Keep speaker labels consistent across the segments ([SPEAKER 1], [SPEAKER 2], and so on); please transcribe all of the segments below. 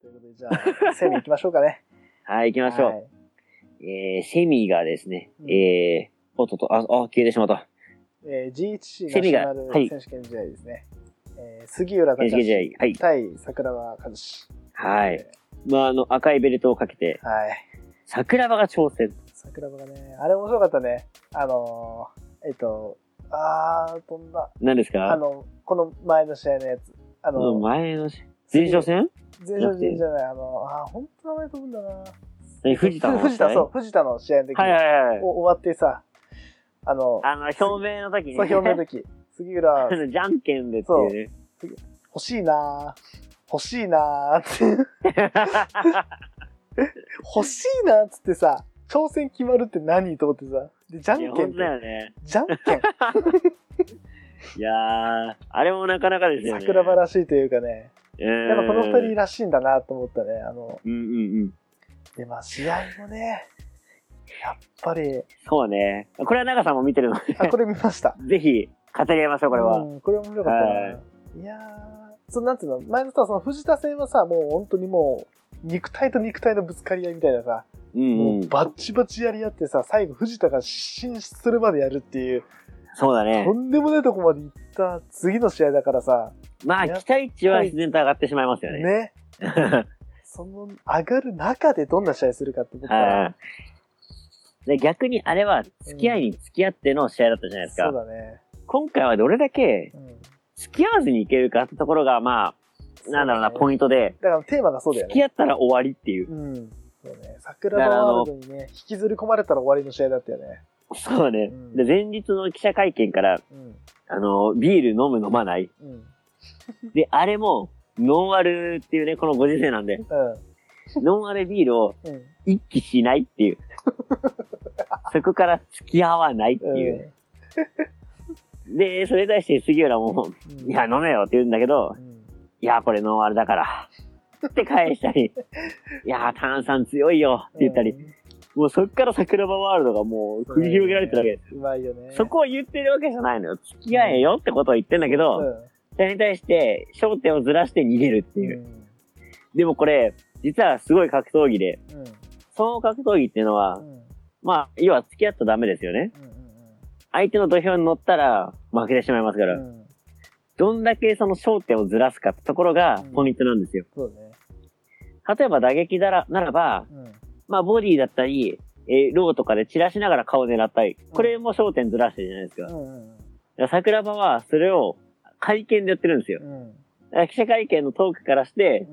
[SPEAKER 1] ということで、じゃ あ、セミ行きましょうかね。
[SPEAKER 2] はい、行きましょう。
[SPEAKER 1] はい
[SPEAKER 2] えー、セミがですね、
[SPEAKER 1] うん
[SPEAKER 2] えー、おっとっと、あ、あ、消えてしまった。
[SPEAKER 1] えー、GHC ナシ
[SPEAKER 2] セミ
[SPEAKER 1] ョ
[SPEAKER 2] が
[SPEAKER 1] ナル
[SPEAKER 2] はい
[SPEAKER 1] 選手権試合ですね。えー杉浦
[SPEAKER 2] え
[SPEAKER 1] 隆
[SPEAKER 2] ーじゃあ
[SPEAKER 1] 史
[SPEAKER 2] はい。
[SPEAKER 1] 対桜庭和志。
[SPEAKER 2] はい。まあ、あの、赤いベルトをかけて、
[SPEAKER 1] はい。
[SPEAKER 2] 桜庭が挑戦。
[SPEAKER 1] 桜庭がね、あれ面白かったね。あのー、えっと、あー、飛んだ。
[SPEAKER 2] 何です
[SPEAKER 1] あ
[SPEAKER 2] か
[SPEAKER 1] の、この前の試合のやつ。あ
[SPEAKER 2] あの
[SPEAKER 1] の、
[SPEAKER 2] 前のし、前哨戦
[SPEAKER 1] 全勝人じゃない、あの、あー、ほんと名前飛ぶんだな。
[SPEAKER 2] え藤田の
[SPEAKER 1] 藤田、そう、藤田の試合の時、
[SPEAKER 2] はいはいはい。
[SPEAKER 1] お終わってさ、あの、
[SPEAKER 2] あの、表明の時に、
[SPEAKER 1] そう表明の時、杉浦
[SPEAKER 2] あ、の じゃんけんでっていうね。
[SPEAKER 1] 欲しいなぁ欲しい なぁって。欲しいなっつってさ、挑戦決まるって何と思ってさ。で、じゃん
[SPEAKER 2] い
[SPEAKER 1] け
[SPEAKER 2] や、
[SPEAKER 1] ん
[SPEAKER 2] 本当だ
[SPEAKER 1] って。
[SPEAKER 2] よね。
[SPEAKER 1] じゃんけん。
[SPEAKER 2] いやー、あれもなかなかですよね。
[SPEAKER 1] 桜庭らしいというかね。
[SPEAKER 2] うん。
[SPEAKER 1] やっぱこの二人らしいんだなと思ったね。あの、
[SPEAKER 2] うんうんうん。
[SPEAKER 1] で、まあ試合もね、やっぱり、
[SPEAKER 2] そうね。これは長さんも見てるので、
[SPEAKER 1] あ、これ見ました。
[SPEAKER 2] ぜひ語り合い ましょう、これは。
[SPEAKER 1] うん、これ面白かったな。、
[SPEAKER 2] はい
[SPEAKER 1] やー、そのなんていうの、前のさ、その藤田戦はさ、もう本当にもう、肉体と肉体のぶつかり合いみたいなさ、
[SPEAKER 2] うん
[SPEAKER 1] も
[SPEAKER 2] う。
[SPEAKER 1] うんバッチバチやり合ってさ、最後藤田が失神するまでやるっていう、
[SPEAKER 2] そうだね
[SPEAKER 1] と。んでもないとこまで行った次の試合だからさ、
[SPEAKER 2] まあ、期待値は自然と上がってしまいますよね。
[SPEAKER 1] ね、その上がる中でどんな試合するかって思ったら、
[SPEAKER 2] はい。で逆にあれは付き合いに付き合っての試合だったじゃないです
[SPEAKER 1] そ
[SPEAKER 2] か
[SPEAKER 1] う。だね。
[SPEAKER 2] 今回はどれだけ
[SPEAKER 1] うん
[SPEAKER 2] 付き合わずにいけるかってところが、まあ、なんだろうな、ポ
[SPEAKER 1] イン
[SPEAKER 2] イントで、
[SPEAKER 1] ト。だからテーマがそうだよ
[SPEAKER 2] 付き
[SPEAKER 1] ね。
[SPEAKER 2] 合ったら終わりっていう。
[SPEAKER 1] うん。そうね。桜庭ワールドにね、引きずり込まれたら終わりの試合だったよね。
[SPEAKER 2] そうだね
[SPEAKER 1] う。ん
[SPEAKER 2] で、前日の記者会見から、
[SPEAKER 1] うん。
[SPEAKER 2] あの、ビール飲む飲まない。
[SPEAKER 1] うん。うん。
[SPEAKER 2] で、あれも、ノンアルっていうね、このご時世な んで、ノンアルビールを
[SPEAKER 1] うん。
[SPEAKER 2] 一気しないって いう。そこから付き合わないって
[SPEAKER 1] うん。
[SPEAKER 2] いう。で、それに対して杉浦も、
[SPEAKER 1] うん
[SPEAKER 2] いや、、飲めよって言うんだけど
[SPEAKER 1] う、ん。
[SPEAKER 2] いや、これノンアルだから。って返し たり、いや、炭酸強いよって言ったり、
[SPEAKER 1] うん。
[SPEAKER 2] もうそっから桜庭ワールドがもう繰り広げられてるわけです。
[SPEAKER 1] うまいよね。
[SPEAKER 2] そこを言ってるわけじゃないのよ。付き合えよってことを言ってんだけ
[SPEAKER 1] う
[SPEAKER 2] ど、
[SPEAKER 1] ん
[SPEAKER 2] それに対して焦点をずらして逃げるって
[SPEAKER 1] う
[SPEAKER 2] いう。
[SPEAKER 1] ん。
[SPEAKER 2] でもこれ、実はすごい格闘技で、
[SPEAKER 1] うん。
[SPEAKER 2] その格闘技っていうの
[SPEAKER 1] う
[SPEAKER 2] は、
[SPEAKER 1] ん。
[SPEAKER 2] まあ、要は付き合ったらダメですよね。
[SPEAKER 1] うん
[SPEAKER 2] 相手の土俵に乗ったら負けてしまいますか
[SPEAKER 1] うんう
[SPEAKER 2] ら、
[SPEAKER 1] ん。うん。
[SPEAKER 2] どんだけその焦点をずらすかってところがポイントなんですよ。
[SPEAKER 1] そうね。
[SPEAKER 2] 例えば打撃だらならば、
[SPEAKER 1] うん。
[SPEAKER 2] まあ、ボディだったり、えーローとかで散らしながら顔を狙ったり、これも焦点ずらしてるじゃないですか。だ
[SPEAKER 1] う
[SPEAKER 2] か
[SPEAKER 1] んうん
[SPEAKER 2] ら桜庭はそれを会見でやってるんですよ
[SPEAKER 1] う。ん。
[SPEAKER 2] だから記者会見のトークからして、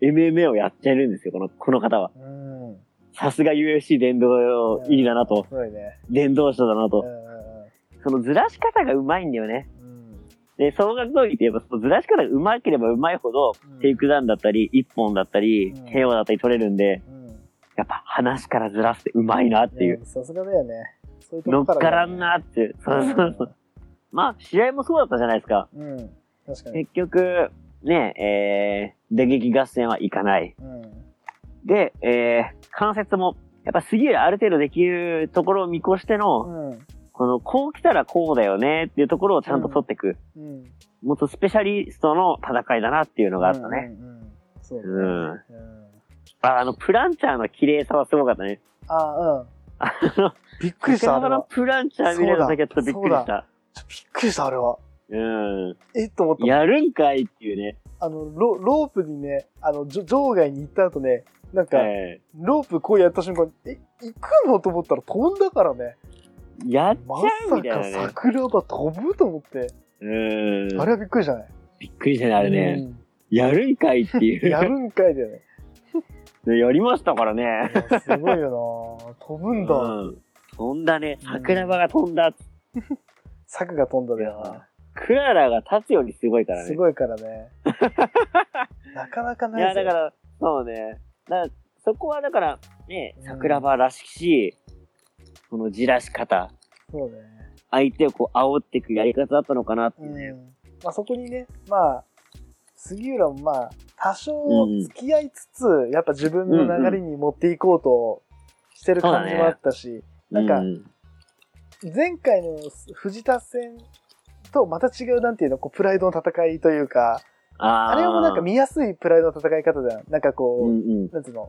[SPEAKER 2] MMA をやっちゃいるんですよ、この、この方は。
[SPEAKER 1] うん。うん。
[SPEAKER 2] さすが UFC 伝道入りだなと。
[SPEAKER 1] すごいね。
[SPEAKER 2] 伝道者だな
[SPEAKER 1] うん
[SPEAKER 2] と。そのずらし方がうまいんだよね。
[SPEAKER 1] うん
[SPEAKER 2] で、総額闘技って言えば、そのずらし方がうまければうまいほど、
[SPEAKER 1] うん。
[SPEAKER 2] テイクダウンだったり、一本だったり
[SPEAKER 1] うん、
[SPEAKER 2] KO だったり取れるんで、
[SPEAKER 1] うん。
[SPEAKER 2] やっぱ話からずらすってうまいなっていう。
[SPEAKER 1] や。さすがだよね。そういうと
[SPEAKER 2] 乗
[SPEAKER 1] こ
[SPEAKER 2] っ
[SPEAKER 1] か
[SPEAKER 2] からら
[SPEAKER 1] だ
[SPEAKER 2] ん
[SPEAKER 1] ね
[SPEAKER 2] なっていう。そうそうそう。まあ、試合もそうだったじゃないですか。
[SPEAKER 1] うん。うん確かに。
[SPEAKER 2] 結局、ね、えー、打撃合戦はいかない。
[SPEAKER 1] うん。
[SPEAKER 2] で、えー、関節も、やっぱ杉浦ある程度できるところを見越しての、
[SPEAKER 1] うん。
[SPEAKER 2] この、こう来たらこうだよねっていうところをちゃんと取っていく。
[SPEAKER 1] うん。
[SPEAKER 2] もっとスペシャリストの戦いだなっていうのがあったね。
[SPEAKER 1] うん。うんそう
[SPEAKER 2] う
[SPEAKER 1] ね。
[SPEAKER 2] ん。
[SPEAKER 1] うん。
[SPEAKER 2] ああの、プランチャーの綺麗さはすごかったね。
[SPEAKER 1] あ、
[SPEAKER 2] あ
[SPEAKER 1] う
[SPEAKER 2] の、
[SPEAKER 1] ん。びっくりした、あれ
[SPEAKER 2] あの
[SPEAKER 1] は。
[SPEAKER 2] プランチャー見れた時はちょっとびっくり
[SPEAKER 1] そ
[SPEAKER 2] し
[SPEAKER 1] う
[SPEAKER 2] た。
[SPEAKER 1] びっくりした、あれは。
[SPEAKER 2] うん。
[SPEAKER 1] えっと思った。
[SPEAKER 2] やるんかいっていうね。
[SPEAKER 1] あの、ロロープにね、あの、じょ場外に行った後ね、なんか、
[SPEAKER 2] え
[SPEAKER 1] ロープこうやった瞬間、え、行くのと思ったら飛んだからね。
[SPEAKER 2] ーやっち
[SPEAKER 1] ま
[SPEAKER 2] ゃう
[SPEAKER 1] さ
[SPEAKER 2] みたいな
[SPEAKER 1] か
[SPEAKER 2] ね。
[SPEAKER 1] 桜庭飛ぶと思って、
[SPEAKER 2] うん。
[SPEAKER 1] あれはびっくりじゃない
[SPEAKER 2] びっくりしたね、あ
[SPEAKER 1] あ
[SPEAKER 2] れね。やるんかいっていう。
[SPEAKER 1] やるんかいだよね。
[SPEAKER 2] でやりましたからね
[SPEAKER 1] い。やすごいよな飛ぶんだ。
[SPEAKER 2] うん飛んだね。桜庭が飛んだ。
[SPEAKER 1] 柵が飛んだだよ
[SPEAKER 2] い
[SPEAKER 1] な。
[SPEAKER 2] クララが立つよりすごいからね。
[SPEAKER 1] すごいから ね。なかなか
[SPEAKER 2] い
[SPEAKER 1] ない
[SPEAKER 2] や、
[SPEAKER 1] ぜ
[SPEAKER 2] だから、そうね。だからそこはだから、ね
[SPEAKER 1] う、ん
[SPEAKER 2] 桜庭らしきし、このじらし方、
[SPEAKER 1] そうね。
[SPEAKER 2] 相手をこう煽っていくやり方だったのかなって
[SPEAKER 1] う
[SPEAKER 2] いうね。
[SPEAKER 1] ん。まあそこにね、まあ、杉浦もまあ、多少
[SPEAKER 2] うん
[SPEAKER 1] 付き合いつつ、やっぱ自分の流れに持っていこうとしてる感じもあったし、なんか
[SPEAKER 2] う
[SPEAKER 1] 前回の藤田戦とまた違う、なんていうの、こう、プライドの戦いというか、
[SPEAKER 2] あー
[SPEAKER 1] あれもなんか見やすいプライドの戦い方じゃん。なんかこう、
[SPEAKER 2] うんうん。
[SPEAKER 1] なんつうの。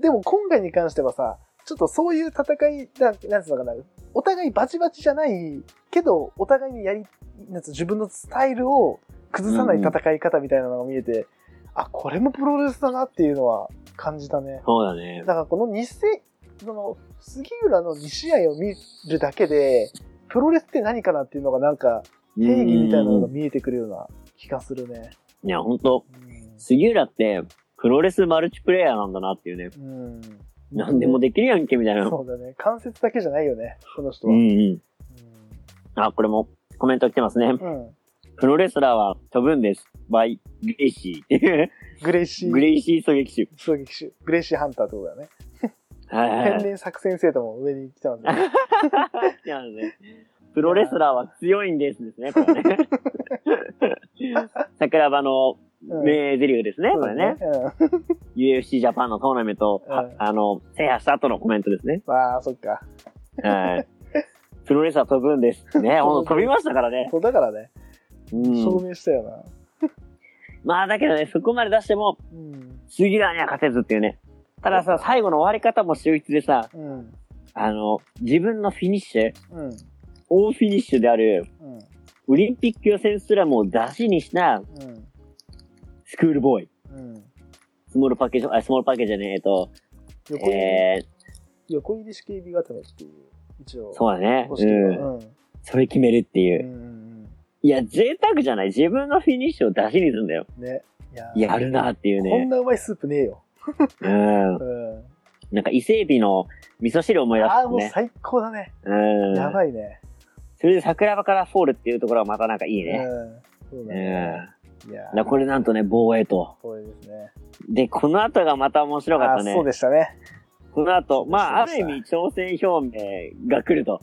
[SPEAKER 1] でも今回に関してはさ、ちょっとそういう戦い、なんなんつうのかな、お互いバチバチじゃないけど、お互いにやり、なんつうの自分のスタイルを崩さない戦い方みたいなのが見えて、あ、これもプロレスだなっていうのは感じたね。
[SPEAKER 2] そうだね
[SPEAKER 1] だ。からこの2世、その、杉浦の2試合を見るだけで、プロレスって何かなっていうのがなんか、定義みたいなのが
[SPEAKER 2] うん
[SPEAKER 1] 見えてくるような気がするね。
[SPEAKER 2] いや、ほんと、
[SPEAKER 1] うん
[SPEAKER 2] 杉浦って、プロレスマルチプレイヤーなんだなっていうね。
[SPEAKER 1] うん。
[SPEAKER 2] 何でもできるやんけ、みたいな。
[SPEAKER 1] そうだね。関節だけじゃないよね、この人
[SPEAKER 2] う
[SPEAKER 1] は。
[SPEAKER 2] んうん。あ、これもコメント来てますね。
[SPEAKER 1] うん。うん
[SPEAKER 2] プロレスラーは飛ぶんです。バイ、グレイシーっていう。
[SPEAKER 1] グレイシ
[SPEAKER 2] グ
[SPEAKER 1] ー、
[SPEAKER 2] レイシー狙撃手。
[SPEAKER 1] 狙撃手、グレイシーハンターってことだね。
[SPEAKER 2] はいはいは
[SPEAKER 1] 天
[SPEAKER 2] い。
[SPEAKER 1] 然作戦生徒も上に来てますね。
[SPEAKER 2] いやねプロレスラーは強いんですですね、これ ね。桜庭の
[SPEAKER 1] うん
[SPEAKER 2] 名台詞ですね、
[SPEAKER 1] そ
[SPEAKER 2] こ
[SPEAKER 1] う
[SPEAKER 2] れ
[SPEAKER 1] だ
[SPEAKER 2] ね。
[SPEAKER 1] うん
[SPEAKER 2] UFC ジャパンのトーナメントを、は
[SPEAKER 1] うん
[SPEAKER 2] あの、制覇した後のコメントですね。
[SPEAKER 1] まあ、そっか。
[SPEAKER 2] はい。プロレスラー飛ぶんです。ね、ほんと飛びましたからね。
[SPEAKER 1] そうだからね、
[SPEAKER 2] うん
[SPEAKER 1] 証。明したよな。
[SPEAKER 2] まあだけどね、そこまで出しても、
[SPEAKER 1] うん。
[SPEAKER 2] 杉浦には勝てずっていうね。たださ、最後の終わり方も秀逸でさ、
[SPEAKER 1] うん。
[SPEAKER 2] あの、自分のフィニッシュ、
[SPEAKER 1] うん。
[SPEAKER 2] 大フィニッシュである、
[SPEAKER 1] うん。
[SPEAKER 2] オリンピック予選すらもう出しにした
[SPEAKER 1] うん。
[SPEAKER 2] スクールボーイ。
[SPEAKER 1] うん。
[SPEAKER 2] スモールパッケージ、あ、スモールパッケージじゃねえ、えっと、
[SPEAKER 1] 横入り、
[SPEAKER 2] え
[SPEAKER 1] 横入り式指固めっていう、一応。
[SPEAKER 2] ー、そうだね。
[SPEAKER 1] 公
[SPEAKER 2] う
[SPEAKER 1] 式は
[SPEAKER 2] ん。
[SPEAKER 1] うん。
[SPEAKER 2] それ決めるっていうう。
[SPEAKER 1] ん。
[SPEAKER 2] いや、贅沢じゃない。自分のフィニッシュを出しにするんだよ。
[SPEAKER 1] うんね。いやー
[SPEAKER 2] やるなっていう
[SPEAKER 1] こん
[SPEAKER 2] ね。
[SPEAKER 1] なうまいスープねえよ。
[SPEAKER 2] うん。
[SPEAKER 1] うん。
[SPEAKER 2] なんか伊勢海老の味噌汁を思い出
[SPEAKER 1] ああ、
[SPEAKER 2] す
[SPEAKER 1] もう
[SPEAKER 2] ね。
[SPEAKER 1] 最高だね。
[SPEAKER 2] うん。
[SPEAKER 1] やばいね。
[SPEAKER 2] それで桜庭からフォールっていうところはまたなんかいい
[SPEAKER 1] う
[SPEAKER 2] ね。
[SPEAKER 1] ん。そう
[SPEAKER 2] う
[SPEAKER 1] だ
[SPEAKER 2] ん。
[SPEAKER 1] ね。いやー
[SPEAKER 2] だこれなんとね、防衛と。
[SPEAKER 1] これですね。
[SPEAKER 2] で、この後がまた面白かった
[SPEAKER 1] あ
[SPEAKER 2] ね
[SPEAKER 1] そう。でしたね。
[SPEAKER 2] この後、まあ、あ
[SPEAKER 1] そう
[SPEAKER 2] る
[SPEAKER 1] で
[SPEAKER 2] 意
[SPEAKER 1] した
[SPEAKER 2] 味挑戦表明が来ると。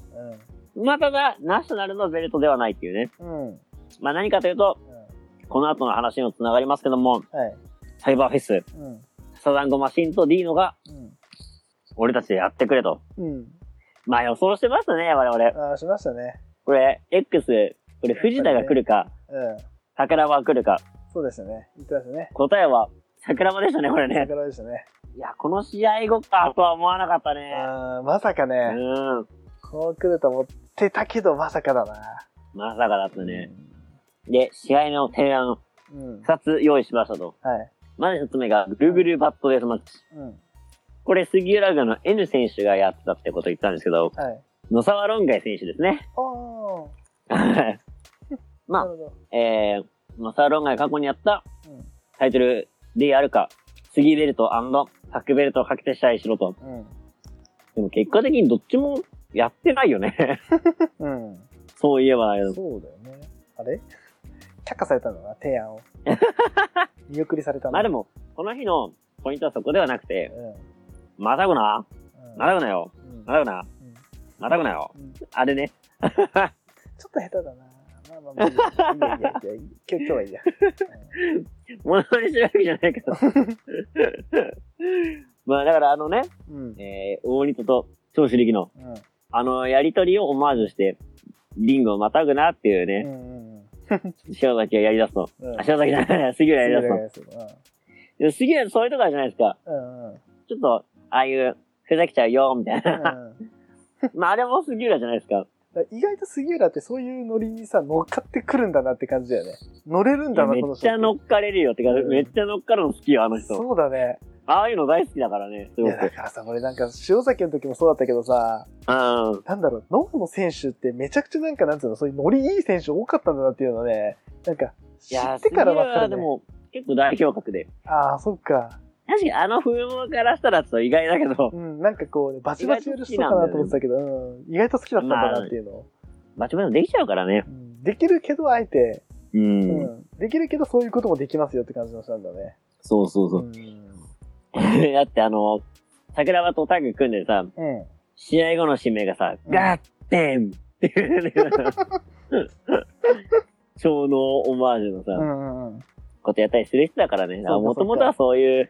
[SPEAKER 2] まあ、ただ、ナショナルのベルトではないっていうね。
[SPEAKER 1] うん。うん。うん
[SPEAKER 2] まあ、何かというと、この後の話にもつながりますけども、
[SPEAKER 1] はい。
[SPEAKER 2] サイバーフェス、
[SPEAKER 1] うん。
[SPEAKER 2] サザンゴマシンとディーノが、
[SPEAKER 1] うん。
[SPEAKER 2] 俺たちでやってくれと。
[SPEAKER 1] うん。
[SPEAKER 2] まあ予想してましたね、我々。
[SPEAKER 1] ああ、しましたね。
[SPEAKER 2] これ、X、これ藤田が来るか、
[SPEAKER 1] うん。
[SPEAKER 2] 桜庭が来るか、
[SPEAKER 1] そうでしたね。言ってましたね。
[SPEAKER 2] 答えは桜庭でしたね、これね。
[SPEAKER 1] 桜でしたね。
[SPEAKER 2] いや、この試合後かとは思わなかったね。
[SPEAKER 1] ああ、まさか
[SPEAKER 2] う
[SPEAKER 1] ね。
[SPEAKER 2] ん。
[SPEAKER 1] こう来ると思ってたけど、まさかだな。
[SPEAKER 2] まさかだったね。で、試合の提案、
[SPEAKER 1] うん。は
[SPEAKER 2] 2つ用意しましたと。
[SPEAKER 1] い。
[SPEAKER 2] まず1つ目が、ぐるぐるバットデスマッチ。
[SPEAKER 1] うん。
[SPEAKER 2] これ、杉浦軍の N 選手がやってたってことを言ったんですけど、
[SPEAKER 1] はい。
[SPEAKER 2] 野沢論外選手ですね。
[SPEAKER 1] ああ。
[SPEAKER 2] まあ
[SPEAKER 1] なるほど。
[SPEAKER 2] えー、マサロンが過去にやった
[SPEAKER 1] うん。
[SPEAKER 2] タイトルであるか、杉ベルトタックベルトをかけて試合しろと。でも結果的にどっちもやってないよね。
[SPEAKER 1] うん。うん。
[SPEAKER 2] そういえばだけど、
[SPEAKER 1] そうだよね。あれ却下されたのだな、提案 を。見送りされたの。
[SPEAKER 2] まあでも、この日のポイントはそこではなくて、
[SPEAKER 1] うん。
[SPEAKER 2] またぐな
[SPEAKER 1] うん。
[SPEAKER 2] またぐなよ
[SPEAKER 1] うん
[SPEAKER 2] またぐな
[SPEAKER 1] うん
[SPEAKER 2] またぐなよ
[SPEAKER 1] うん
[SPEAKER 2] あれね。
[SPEAKER 1] ちょっと下手だな。まあまあまあいいや、いいや、いいや、いいや、今日、今日はいいや。
[SPEAKER 2] 物にしてるわけじゃないけど。 まあだからあのね、
[SPEAKER 1] うん。
[SPEAKER 2] えー、大仁田と長州力の
[SPEAKER 1] うん。
[SPEAKER 2] あのやりとりをオマージュして、リングをまたぐなっていう
[SPEAKER 1] う
[SPEAKER 2] ね、
[SPEAKER 1] ん。
[SPEAKER 2] 塩崎がやり出すと。
[SPEAKER 1] うん。
[SPEAKER 2] あ、島崎じ ゃない、杉浦やりだすの。でも杉浦そういうとこあるじゃないですか。
[SPEAKER 1] うん。うん。
[SPEAKER 2] ちょっと、ああいう、ふざけちゃうよ、み たいな。
[SPEAKER 1] うん。
[SPEAKER 2] まあ、あれも杉浦じゃないですか。
[SPEAKER 1] 意外と杉浦ってそういうノリにさ、乗っかってくるんだなって感じだよね。乗れるんだな、
[SPEAKER 2] めっ
[SPEAKER 1] この人。
[SPEAKER 2] ちゃ乗っかれるよ。てか、
[SPEAKER 1] うん
[SPEAKER 2] めっちゃ乗っかるの好きよ、あの人。
[SPEAKER 1] そうだね。
[SPEAKER 2] ああいうの大好きだからね、す
[SPEAKER 1] い
[SPEAKER 2] ご
[SPEAKER 1] や、だ
[SPEAKER 2] く。
[SPEAKER 1] からさ、俺なんか、塩崎の時もそうだったけどさ、
[SPEAKER 2] うん。
[SPEAKER 1] なんだろう、ノアの選手ってめちゃくちゃなんか、なんつうの、そういうノリいい選手多かったんだなっていうのね、なんか、
[SPEAKER 2] い
[SPEAKER 1] 知
[SPEAKER 2] や、
[SPEAKER 1] ってから
[SPEAKER 2] 杉
[SPEAKER 1] ばっか
[SPEAKER 2] 浦
[SPEAKER 1] り、
[SPEAKER 2] で
[SPEAKER 1] ね。
[SPEAKER 2] も、結構代表格で。
[SPEAKER 1] ああ、そっか。
[SPEAKER 2] 確かに、あの風貌からしたら、ちょっと意外だけど
[SPEAKER 1] う、ん、なんかこうね、バチバチやる人かなと思ってたけど、うん、意外と好きだったんだなっていうのを、
[SPEAKER 2] バチバチできちゃうからね。
[SPEAKER 1] うんできるけどあえて、
[SPEAKER 2] う。
[SPEAKER 1] うんん、できるけどそういうこともできますよって感じの人なんだね。
[SPEAKER 2] そうそうそう う。
[SPEAKER 1] ん。
[SPEAKER 2] だって、あの、桜庭とタッグ組んでさ、
[SPEAKER 1] うん。
[SPEAKER 2] 試合後の指名がさ、
[SPEAKER 1] うん
[SPEAKER 2] ガッテン っていうね、超能オマージュのさ、
[SPEAKER 1] うんうんうん。
[SPEAKER 2] ことやったりする人だからね。
[SPEAKER 1] そうか
[SPEAKER 2] もともとはそういう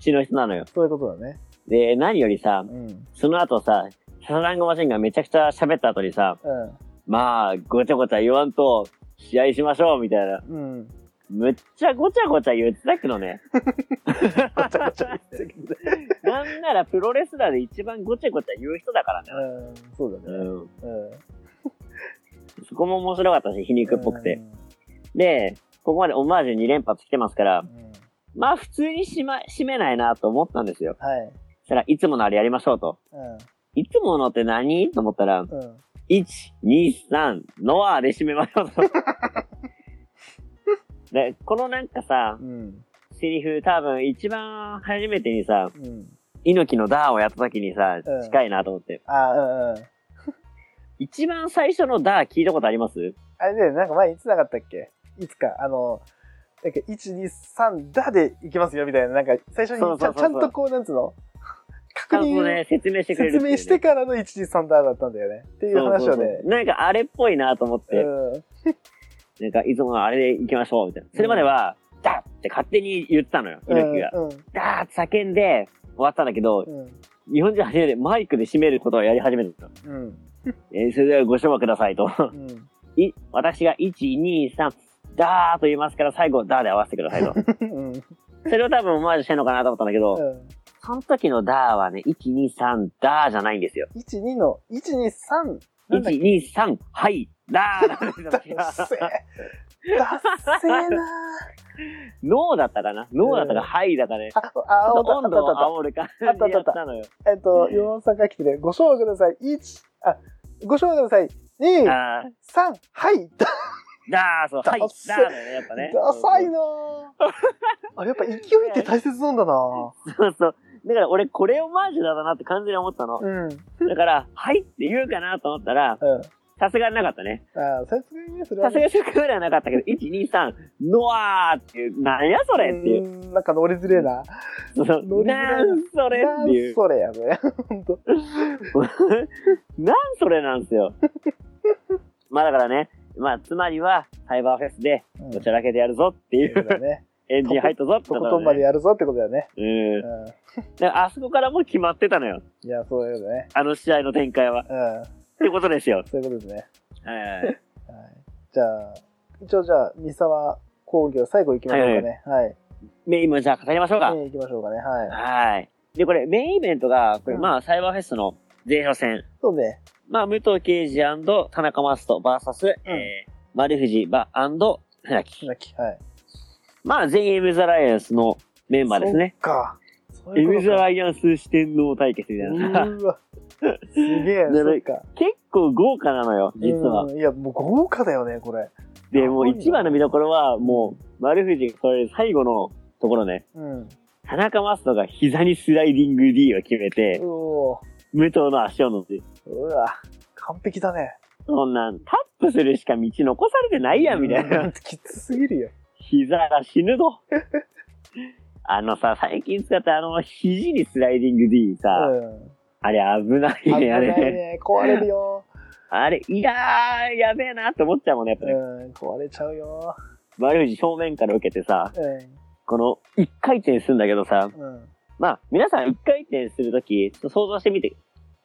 [SPEAKER 2] 血の人なのよ。
[SPEAKER 1] そういうことだね。
[SPEAKER 2] で、何よりさ
[SPEAKER 1] う、ん。
[SPEAKER 2] その後さ、サザンゴマシンがめちゃくちゃ喋った後にさ、
[SPEAKER 1] う
[SPEAKER 2] まあ、ごちゃごちゃ言わんと、試合しましょうみたいな。
[SPEAKER 1] ん。うん。
[SPEAKER 2] むっちゃごちゃごちゃ言ってたけどね。
[SPEAKER 1] ごちゃごちゃ言ってるけどね。
[SPEAKER 2] なんならプロレスラーで一番ごちゃごちゃ言う人だからね。
[SPEAKER 1] うん、そうだね。
[SPEAKER 2] うん。
[SPEAKER 1] うん。
[SPEAKER 2] そこも面白かったし、皮肉っぽくて。で、ここまでオマージュ2連発来てますから
[SPEAKER 1] う、ん。うん。
[SPEAKER 2] まあ普通にしま、締めないなと思ったんですよ。
[SPEAKER 1] はい。
[SPEAKER 2] そしたらいつものあれやりましょうと。
[SPEAKER 1] う
[SPEAKER 2] いつものって何と思ったら、
[SPEAKER 1] ん。うん。
[SPEAKER 2] 1、2、3、ノアで締めましょ うと。で、このなんかさ
[SPEAKER 1] う、ん。
[SPEAKER 2] セリフ多分一番初めてにさ、
[SPEAKER 1] うん。
[SPEAKER 2] 猪木のダーをやった時にさ
[SPEAKER 1] うん、
[SPEAKER 2] 近いなと思って。
[SPEAKER 1] あ、うんうん。
[SPEAKER 2] 一番最初のダー聞いたことあります
[SPEAKER 1] あれだよね、なんか前いつなかったっけいつか、あの、なんか、1、2、3、だでいきますよ、みたいな、なんか、最初にちゃ
[SPEAKER 2] そうそうそうそう
[SPEAKER 1] ちゃんとこう、なんつうの
[SPEAKER 2] ち
[SPEAKER 1] 確
[SPEAKER 2] ゃんと
[SPEAKER 1] 認、
[SPEAKER 2] ね、説明してくれる
[SPEAKER 1] 説
[SPEAKER 2] っていうね、
[SPEAKER 1] 明してからの1、2、3、だだったんだよね。っていう話を
[SPEAKER 2] そうそう
[SPEAKER 1] ね
[SPEAKER 2] そう。なんかあれっぽいなと思っ
[SPEAKER 1] う
[SPEAKER 2] て、なんかいつものあれで行きましょう、みたいな。それまでは、ダーって勝手に言ってたのよ、
[SPEAKER 1] ん。
[SPEAKER 2] 猪木が。
[SPEAKER 1] うん。
[SPEAKER 2] ダーって叫んで終わったんだけど、
[SPEAKER 1] うん。
[SPEAKER 2] 日本人初めてマイクで締めることをやり始めたの。
[SPEAKER 1] うん。
[SPEAKER 2] えーそれではご賞味くださいと。
[SPEAKER 1] うん。
[SPEAKER 2] い、私が1、2、3、ダーと言いますから最後ダーで合わせてく ださいと。
[SPEAKER 1] うん。うん。
[SPEAKER 2] それを多分オマージュしてんのかなと思ったんだけど、その時のダーはね、1、2、3、ダーじゃないんですよ。
[SPEAKER 1] 1、2の、1、2、3、なん
[SPEAKER 2] 1
[SPEAKER 1] だっ、け
[SPEAKER 2] 2、3、はい、ダーなんですよ
[SPEAKER 1] だっせえ。だっせえな
[SPEAKER 2] ノーだったかなノーだったか、
[SPEAKER 1] うん
[SPEAKER 2] はいだかね。
[SPEAKER 1] あ、あ、あ、
[SPEAKER 2] そ
[SPEAKER 1] お
[SPEAKER 2] の温度を
[SPEAKER 1] た
[SPEAKER 2] 煽る感じでやったのよ。
[SPEAKER 1] えっと、ヨンさんが来てね、ご賞味ください。1、あ、ご賞味ください。2、
[SPEAKER 2] あー
[SPEAKER 1] 三はいだ、
[SPEAKER 2] ダー、そう、はい、ダ
[SPEAKER 1] ダッ
[SPEAKER 2] ー
[SPEAKER 1] セ
[SPEAKER 2] だよね、やっぱね。
[SPEAKER 1] ダサ いなぁ。あ、やっぱ勢いって大切なんだなぁ。
[SPEAKER 2] そうそう。だから俺、これオマージュだなって完全に思ったの。
[SPEAKER 1] うん。うん。
[SPEAKER 2] だから、はいって言うかなと思ったら、さすがになかったね。
[SPEAKER 1] あさすがにね、それは
[SPEAKER 2] さすが
[SPEAKER 1] ね。
[SPEAKER 2] にそこまではなかったけど、1、2、3、ノアーっていう、なんやそれっていう
[SPEAKER 1] う。んなんか乗りづれえな。
[SPEAKER 2] そう
[SPEAKER 1] ノリだな
[SPEAKER 2] なんそれ
[SPEAKER 1] な
[SPEAKER 2] ってい
[SPEAKER 1] ん
[SPEAKER 2] う。
[SPEAKER 1] それや ね。ほんと。
[SPEAKER 2] なんそれなんですよ。まあだからね、まあつまりは、サイバーフェスで、
[SPEAKER 1] うん
[SPEAKER 2] どちらけてやるぞってい
[SPEAKER 1] そう
[SPEAKER 2] う、
[SPEAKER 1] だ ね。
[SPEAKER 2] エンジン入ったぞって
[SPEAKER 1] と
[SPEAKER 2] こ
[SPEAKER 1] こととんま
[SPEAKER 2] だ
[SPEAKER 1] で
[SPEAKER 2] ね。
[SPEAKER 1] やるぞってことだよね。
[SPEAKER 2] うん。だ
[SPEAKER 1] う
[SPEAKER 2] からあそこからもう決まってたのよ。
[SPEAKER 1] ん。いや、そうだよね。
[SPEAKER 2] あの試合の展開は。
[SPEAKER 1] うん。
[SPEAKER 2] ってことで すよ。
[SPEAKER 1] そういうことですね。
[SPEAKER 2] はい。
[SPEAKER 1] はい。じゃあ、一応じゃあ、三沢工業最後行きましょうかね。はい。
[SPEAKER 2] メインもじゃあ語りましょうか。
[SPEAKER 1] えー行きましょうかね。はい。
[SPEAKER 2] はい。で、これメインイベントが、これ
[SPEAKER 1] うん
[SPEAKER 2] まあサイバーフェスの前哨戦。
[SPEAKER 1] そうね。
[SPEAKER 2] まあ、武藤敬司田中マスト VS、えー、丸藤バ船木。
[SPEAKER 1] 船木。はい。
[SPEAKER 2] まあ、全員エムザライアンスのメンバーですね。
[SPEAKER 1] そっか。そう
[SPEAKER 2] エ
[SPEAKER 1] いう
[SPEAKER 2] ム
[SPEAKER 1] こと
[SPEAKER 2] ザ
[SPEAKER 1] か
[SPEAKER 2] ライアンス四天王対決みたいな。
[SPEAKER 1] うーわ。すげえ、
[SPEAKER 2] ね
[SPEAKER 1] そっか。
[SPEAKER 2] 結構豪華なのよ、実は
[SPEAKER 1] う。ん。いや、もう豪華だよね、これ。
[SPEAKER 2] で、
[SPEAKER 1] や
[SPEAKER 2] も
[SPEAKER 1] ば
[SPEAKER 2] う
[SPEAKER 1] いな
[SPEAKER 2] 一番の見どころは、もう、丸藤がそれ最後のところね。
[SPEAKER 1] うん。
[SPEAKER 2] 田中マストが膝にスライディング D を決めて、
[SPEAKER 1] うお
[SPEAKER 2] 武藤の足を乗って、
[SPEAKER 1] ーうわ。完璧だね。
[SPEAKER 2] そんなん、タップするしか道残されてないやん、みたいな
[SPEAKER 1] うん。きつすぎるよ。
[SPEAKER 2] 膝が死ぬぞ。 あのさ、最近使ったあの、肘にスライディング D さ、
[SPEAKER 1] うん。
[SPEAKER 2] あれ危ない
[SPEAKER 1] 危ない
[SPEAKER 2] ね、あれ。
[SPEAKER 1] ね。壊れるよ。
[SPEAKER 2] あれ、いやー、やべえなって思っちゃ うもんね、やっぱ
[SPEAKER 1] う
[SPEAKER 2] ね。
[SPEAKER 1] ん。壊れちゃうよ。
[SPEAKER 2] 丸藤正面から受けてさ、
[SPEAKER 1] う
[SPEAKER 2] この、一回転するんだけどさ、
[SPEAKER 1] ん。うん。
[SPEAKER 2] まあ、皆さん一回転するとき、ちょっと想像してみて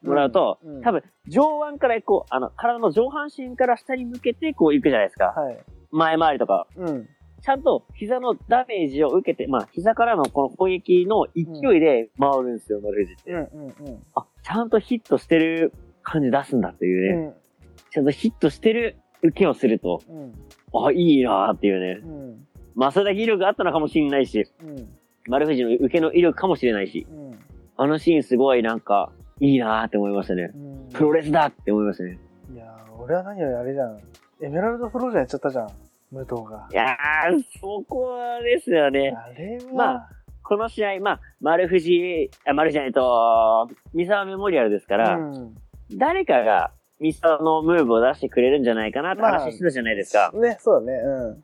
[SPEAKER 2] もらうと、
[SPEAKER 1] うんうん
[SPEAKER 2] 多分、上腕からこう、あの、体の上半身から下に向けてこう行くじゃないですか。
[SPEAKER 1] はい。
[SPEAKER 2] 前回りとか。
[SPEAKER 1] うん。
[SPEAKER 2] ちゃんと膝のダメージを受けて、まあ、膝からのこの攻撃の勢いで回るんですよ、丸藤って。
[SPEAKER 1] うんうん
[SPEAKER 2] あ、ちゃんとヒットしてる感じ出すんだっていううね。
[SPEAKER 1] ん。
[SPEAKER 2] ちゃんとヒットしてる受けをすると、
[SPEAKER 1] うん。うん。
[SPEAKER 2] あ、いいなーっていう
[SPEAKER 1] う
[SPEAKER 2] ね。
[SPEAKER 1] ん。
[SPEAKER 2] まあ、それだけ威力があったのかもしれないし、
[SPEAKER 1] うん。
[SPEAKER 2] 丸藤の受けの威力かもしれないし、
[SPEAKER 1] うん。
[SPEAKER 2] あのシーンすごいなんか、いいなーって思いましたね。
[SPEAKER 1] うん
[SPEAKER 2] プロレスだって思いましたね。
[SPEAKER 1] いやー、俺は何よりあれじゃん。エメラルドフロージャーやっちゃったじゃん。武藤が
[SPEAKER 2] い。やー、そこですよね。
[SPEAKER 1] あれは、
[SPEAKER 2] まこの試合、まあ、丸藤、あ、丸じゃないと、三沢メモリアルですから、
[SPEAKER 1] うん。
[SPEAKER 2] 誰かが三沢のムーブを出してくれるんじゃないかなって話してたじゃないですか。
[SPEAKER 1] ね、そうだね。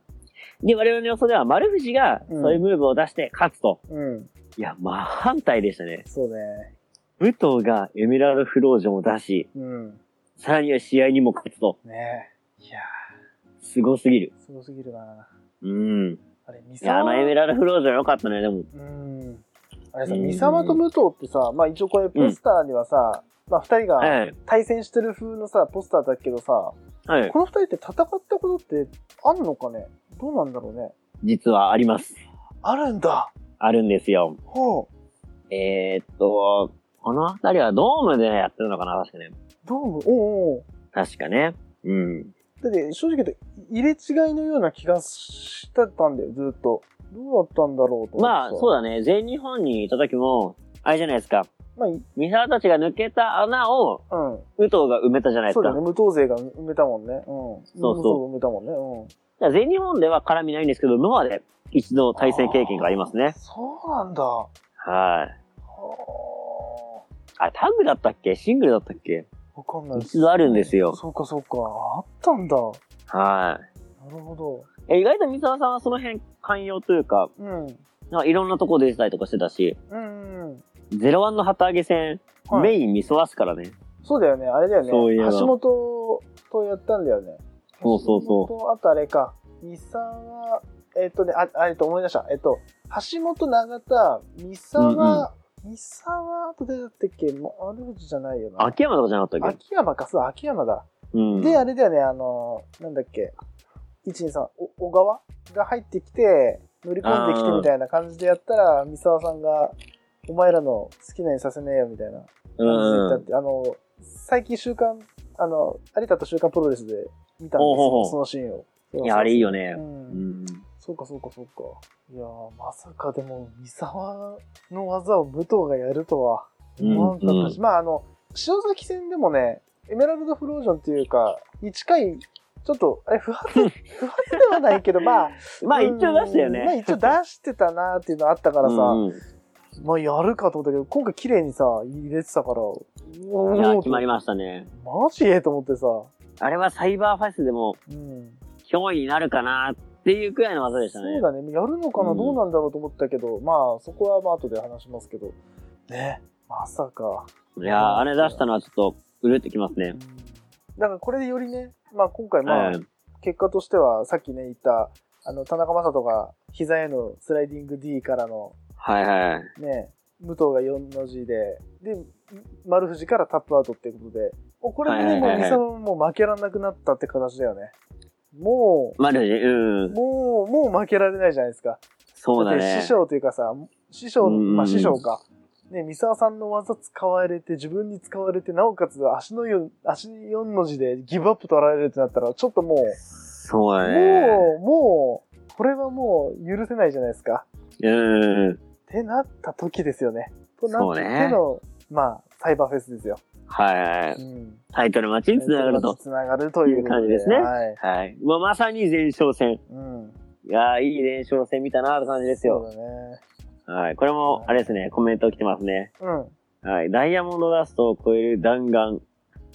[SPEAKER 2] で、我々の予想では丸藤が
[SPEAKER 1] うん
[SPEAKER 2] そういうムーブを出して勝つと。
[SPEAKER 1] うん。うん。
[SPEAKER 2] いや、真反対でしたね。
[SPEAKER 1] そうね。
[SPEAKER 2] 武藤がエメラルドフロージョンを出し、
[SPEAKER 1] うん。
[SPEAKER 2] さらには試合にも勝つと。
[SPEAKER 1] ねいや
[SPEAKER 2] すごすぎる。
[SPEAKER 1] ー、すごすぎるな
[SPEAKER 2] うん。い
[SPEAKER 1] あれ、ミサ
[SPEAKER 2] や、あのエメラルドフロージョン良かったね、でも。
[SPEAKER 1] うん。あれさ、
[SPEAKER 2] うん
[SPEAKER 1] ミサマと武藤ってさ、まあ一応これポスターにはさ、まあ二人が
[SPEAKER 2] はい。
[SPEAKER 1] 対戦してる風のさ、ポスターだけどさ、
[SPEAKER 2] はい。
[SPEAKER 1] この二人って戦ったことってあんのかねどうなんだろうね。
[SPEAKER 2] 実はあります。
[SPEAKER 1] あるんだ。
[SPEAKER 2] あるんですよ。
[SPEAKER 1] ほう。
[SPEAKER 2] えー、っと、このあたりはドームでやってるのかな確かね。
[SPEAKER 1] ドームおうおう
[SPEAKER 2] 確かね。うん。
[SPEAKER 1] だって正直言って入れ違いのような気がしてたんだよ、ずっと。どうだったんだろうと思って
[SPEAKER 2] まあ、そう
[SPEAKER 1] う
[SPEAKER 2] だね。全日本にいた時も、あれじゃないですか。
[SPEAKER 1] まあ、い
[SPEAKER 2] ミサワたちが抜けた穴を、
[SPEAKER 1] うん。
[SPEAKER 2] 武藤が埋めたじゃないで
[SPEAKER 1] そ
[SPEAKER 2] す
[SPEAKER 1] うだ
[SPEAKER 2] か。
[SPEAKER 1] ね、無党勢が埋めたもんね。うん。そう
[SPEAKER 2] そう
[SPEAKER 1] 埋めたもんね。うん。
[SPEAKER 2] だから全日本では絡みないんですけど、ノアで一度対戦経験がありますね。
[SPEAKER 1] そうなんだ。は
[SPEAKER 2] はい。
[SPEAKER 1] あ。
[SPEAKER 2] あ、タッグだったっけシングルだったっけ
[SPEAKER 1] わかんない
[SPEAKER 2] 一度あるんですよ
[SPEAKER 1] そうかそうか。あったんだ。な
[SPEAKER 2] は
[SPEAKER 1] るほど。
[SPEAKER 2] い。え意外と三沢さんはその辺寛容というか、
[SPEAKER 1] うん。
[SPEAKER 2] なんかいろんなとこ出てたりとかしてたし、
[SPEAKER 1] うんうん。
[SPEAKER 2] ゼロワンの旗揚げ戦、
[SPEAKER 1] はい
[SPEAKER 2] メイン見そわすからね。
[SPEAKER 1] そうだよね。あれだよね。
[SPEAKER 2] そういえば
[SPEAKER 1] 橋本とやったんだよね。
[SPEAKER 2] そうそうそう
[SPEAKER 1] 橋本あとあれか。三沢、えっとね、あ、あれと思い出した。えっと、橋本永田、三沢、三沢と出てたっけもう、あれじゃないよな。
[SPEAKER 2] 秋山とかじゃなかったっけ
[SPEAKER 1] 秋山か、そう、秋山だ。
[SPEAKER 2] うん。
[SPEAKER 1] で、あれだよね、あの、なんだっけ、123、お小川が入ってきて、乗り込んできてみたいな感じでやったら、三沢さんが、お前らの好きなようにさせねえよみたいな感じで言った
[SPEAKER 2] う
[SPEAKER 1] っ
[SPEAKER 2] ん。
[SPEAKER 1] て、あの、最近週刊、あの、有田と週刊プロレスで見たんです
[SPEAKER 2] お
[SPEAKER 1] よ、
[SPEAKER 2] うほうほう
[SPEAKER 1] そのシーンを。
[SPEAKER 2] いや、あれいいよ
[SPEAKER 1] う。
[SPEAKER 2] ね。うんん。
[SPEAKER 1] そうか、そうか、そうか。いやー、まさかでも、三沢の技を武藤がやるとは。なんか
[SPEAKER 2] うん
[SPEAKER 1] 私まああの塩崎戦でもねエメラルドフロージョンっていうかに近いちょっとあれ不 発不発ではないけどまあ
[SPEAKER 2] まあ、一応出したよ
[SPEAKER 1] うんまあ
[SPEAKER 2] ね。
[SPEAKER 1] 一応出してたなっていうのあったからさ、
[SPEAKER 2] うんうん
[SPEAKER 1] まあやるかと思ったけど今回綺麗にさ入れてたからお
[SPEAKER 2] いや、
[SPEAKER 1] ー
[SPEAKER 2] 決まりましたね。
[SPEAKER 1] マジええと思ってさ、
[SPEAKER 2] あれはサイバーファイスでも
[SPEAKER 1] うん
[SPEAKER 2] 脅威になるかなっていうくらいの技でした
[SPEAKER 1] そう
[SPEAKER 2] ね。
[SPEAKER 1] だねやるのかな、
[SPEAKER 2] うん
[SPEAKER 1] どうなんだろうと思ったけどまあそこはまあ後で話しますけどねまさか
[SPEAKER 2] いやー、あれ出したのはちょっと、うるってきますね
[SPEAKER 1] うん。だからこれでよりね、まあ、今回
[SPEAKER 2] うん。
[SPEAKER 1] まあ、結果としては、さっきね、言った、あの、田中正人が膝へのスライディング D からの
[SPEAKER 2] はいはい。
[SPEAKER 1] ね、武藤が4の字で、で、丸藤からタップアウトっていうことで、もうこれで
[SPEAKER 2] はい
[SPEAKER 1] ね、
[SPEAKER 2] はい
[SPEAKER 1] も
[SPEAKER 2] は
[SPEAKER 1] う
[SPEAKER 2] いはい
[SPEAKER 1] 三沢ももう負けられなくなったって形だよね。も
[SPEAKER 2] まあ、でもねう
[SPEAKER 1] う、
[SPEAKER 2] ん。
[SPEAKER 1] もう、もう負けられないじゃないですか。
[SPEAKER 2] そうだ
[SPEAKER 1] って
[SPEAKER 2] ね
[SPEAKER 1] 師。匠というかさ、師匠、
[SPEAKER 2] うん
[SPEAKER 1] まあ師匠か。ね、三沢さんの技使われて、自分に使われて、なおかつ足の四、足4の字でギブアップ取られるってなったら、ちょっともう、
[SPEAKER 2] そうだね。
[SPEAKER 1] もう、もう、これはもう許せないじゃないですか。
[SPEAKER 2] うん。
[SPEAKER 1] ってなった時ですよね。とな
[SPEAKER 2] そ
[SPEAKER 1] っ
[SPEAKER 2] う
[SPEAKER 1] て
[SPEAKER 2] ね
[SPEAKER 1] の、まあ、サイバーフェスですよ。
[SPEAKER 2] はいはい。
[SPEAKER 1] うん。
[SPEAKER 2] タイトルマッチにつながると。
[SPEAKER 1] つながるということ
[SPEAKER 2] いう感じですね
[SPEAKER 1] はい。
[SPEAKER 2] はい。まあ、まさに前哨戦。
[SPEAKER 1] うん。
[SPEAKER 2] いやー、いい前哨戦見たなーって感じですよ。
[SPEAKER 1] そうだね。
[SPEAKER 2] はい。これも、あれですね、コメント来てますね。はい。ダイヤモンドダストを超える弾丸、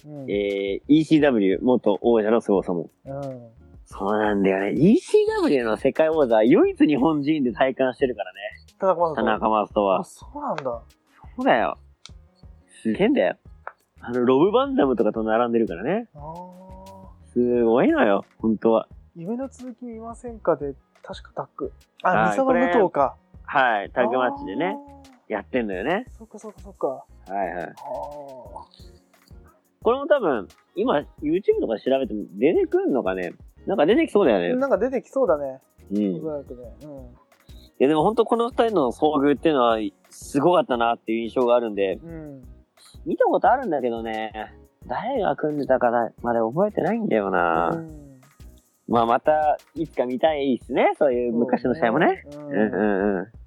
[SPEAKER 1] うん。うん。
[SPEAKER 2] えー、ECW 元王者の凄さも。
[SPEAKER 1] うん。
[SPEAKER 2] そうなんだよね。ECW の世界王座は唯一日本人で体感してるからね。
[SPEAKER 1] 田中正
[SPEAKER 2] 田
[SPEAKER 1] 人。
[SPEAKER 2] 中マストは
[SPEAKER 1] あ、。そうなんだ。
[SPEAKER 2] そうだよ。すげえんだよ。あの、ロブバンダムとかと並んでるからね。
[SPEAKER 1] ああ。
[SPEAKER 2] すごいのよ、本当は。
[SPEAKER 1] 夢の続き見ませんかで、確かタック。あ、
[SPEAKER 2] は
[SPEAKER 1] 三
[SPEAKER 2] い
[SPEAKER 1] 沢武藤か。
[SPEAKER 2] はい。タッグマッチでね、
[SPEAKER 1] あー。
[SPEAKER 2] やってんのよね。
[SPEAKER 1] そっかそっかそっか。
[SPEAKER 2] はいはい。
[SPEAKER 1] ああ。
[SPEAKER 2] これも多分、今、YouTube とか調べても出てくんのかね。なんか出てきそうだよね。
[SPEAKER 1] なんか出てきそうだね。
[SPEAKER 2] うん。
[SPEAKER 1] しば
[SPEAKER 2] い
[SPEAKER 1] らくね。うん。
[SPEAKER 2] やでも本当この二人の遭遇っていうのは、すごかったなっていう印象があるんで、
[SPEAKER 1] うん。
[SPEAKER 2] 見たことあるんだけどね、誰が組んでたかなまで覚えてないんだよな。
[SPEAKER 1] うん
[SPEAKER 2] まあまた、いつか見たいですね。そういう昔の試合もね。
[SPEAKER 1] そう
[SPEAKER 2] うんう
[SPEAKER 1] ね。
[SPEAKER 2] んうん。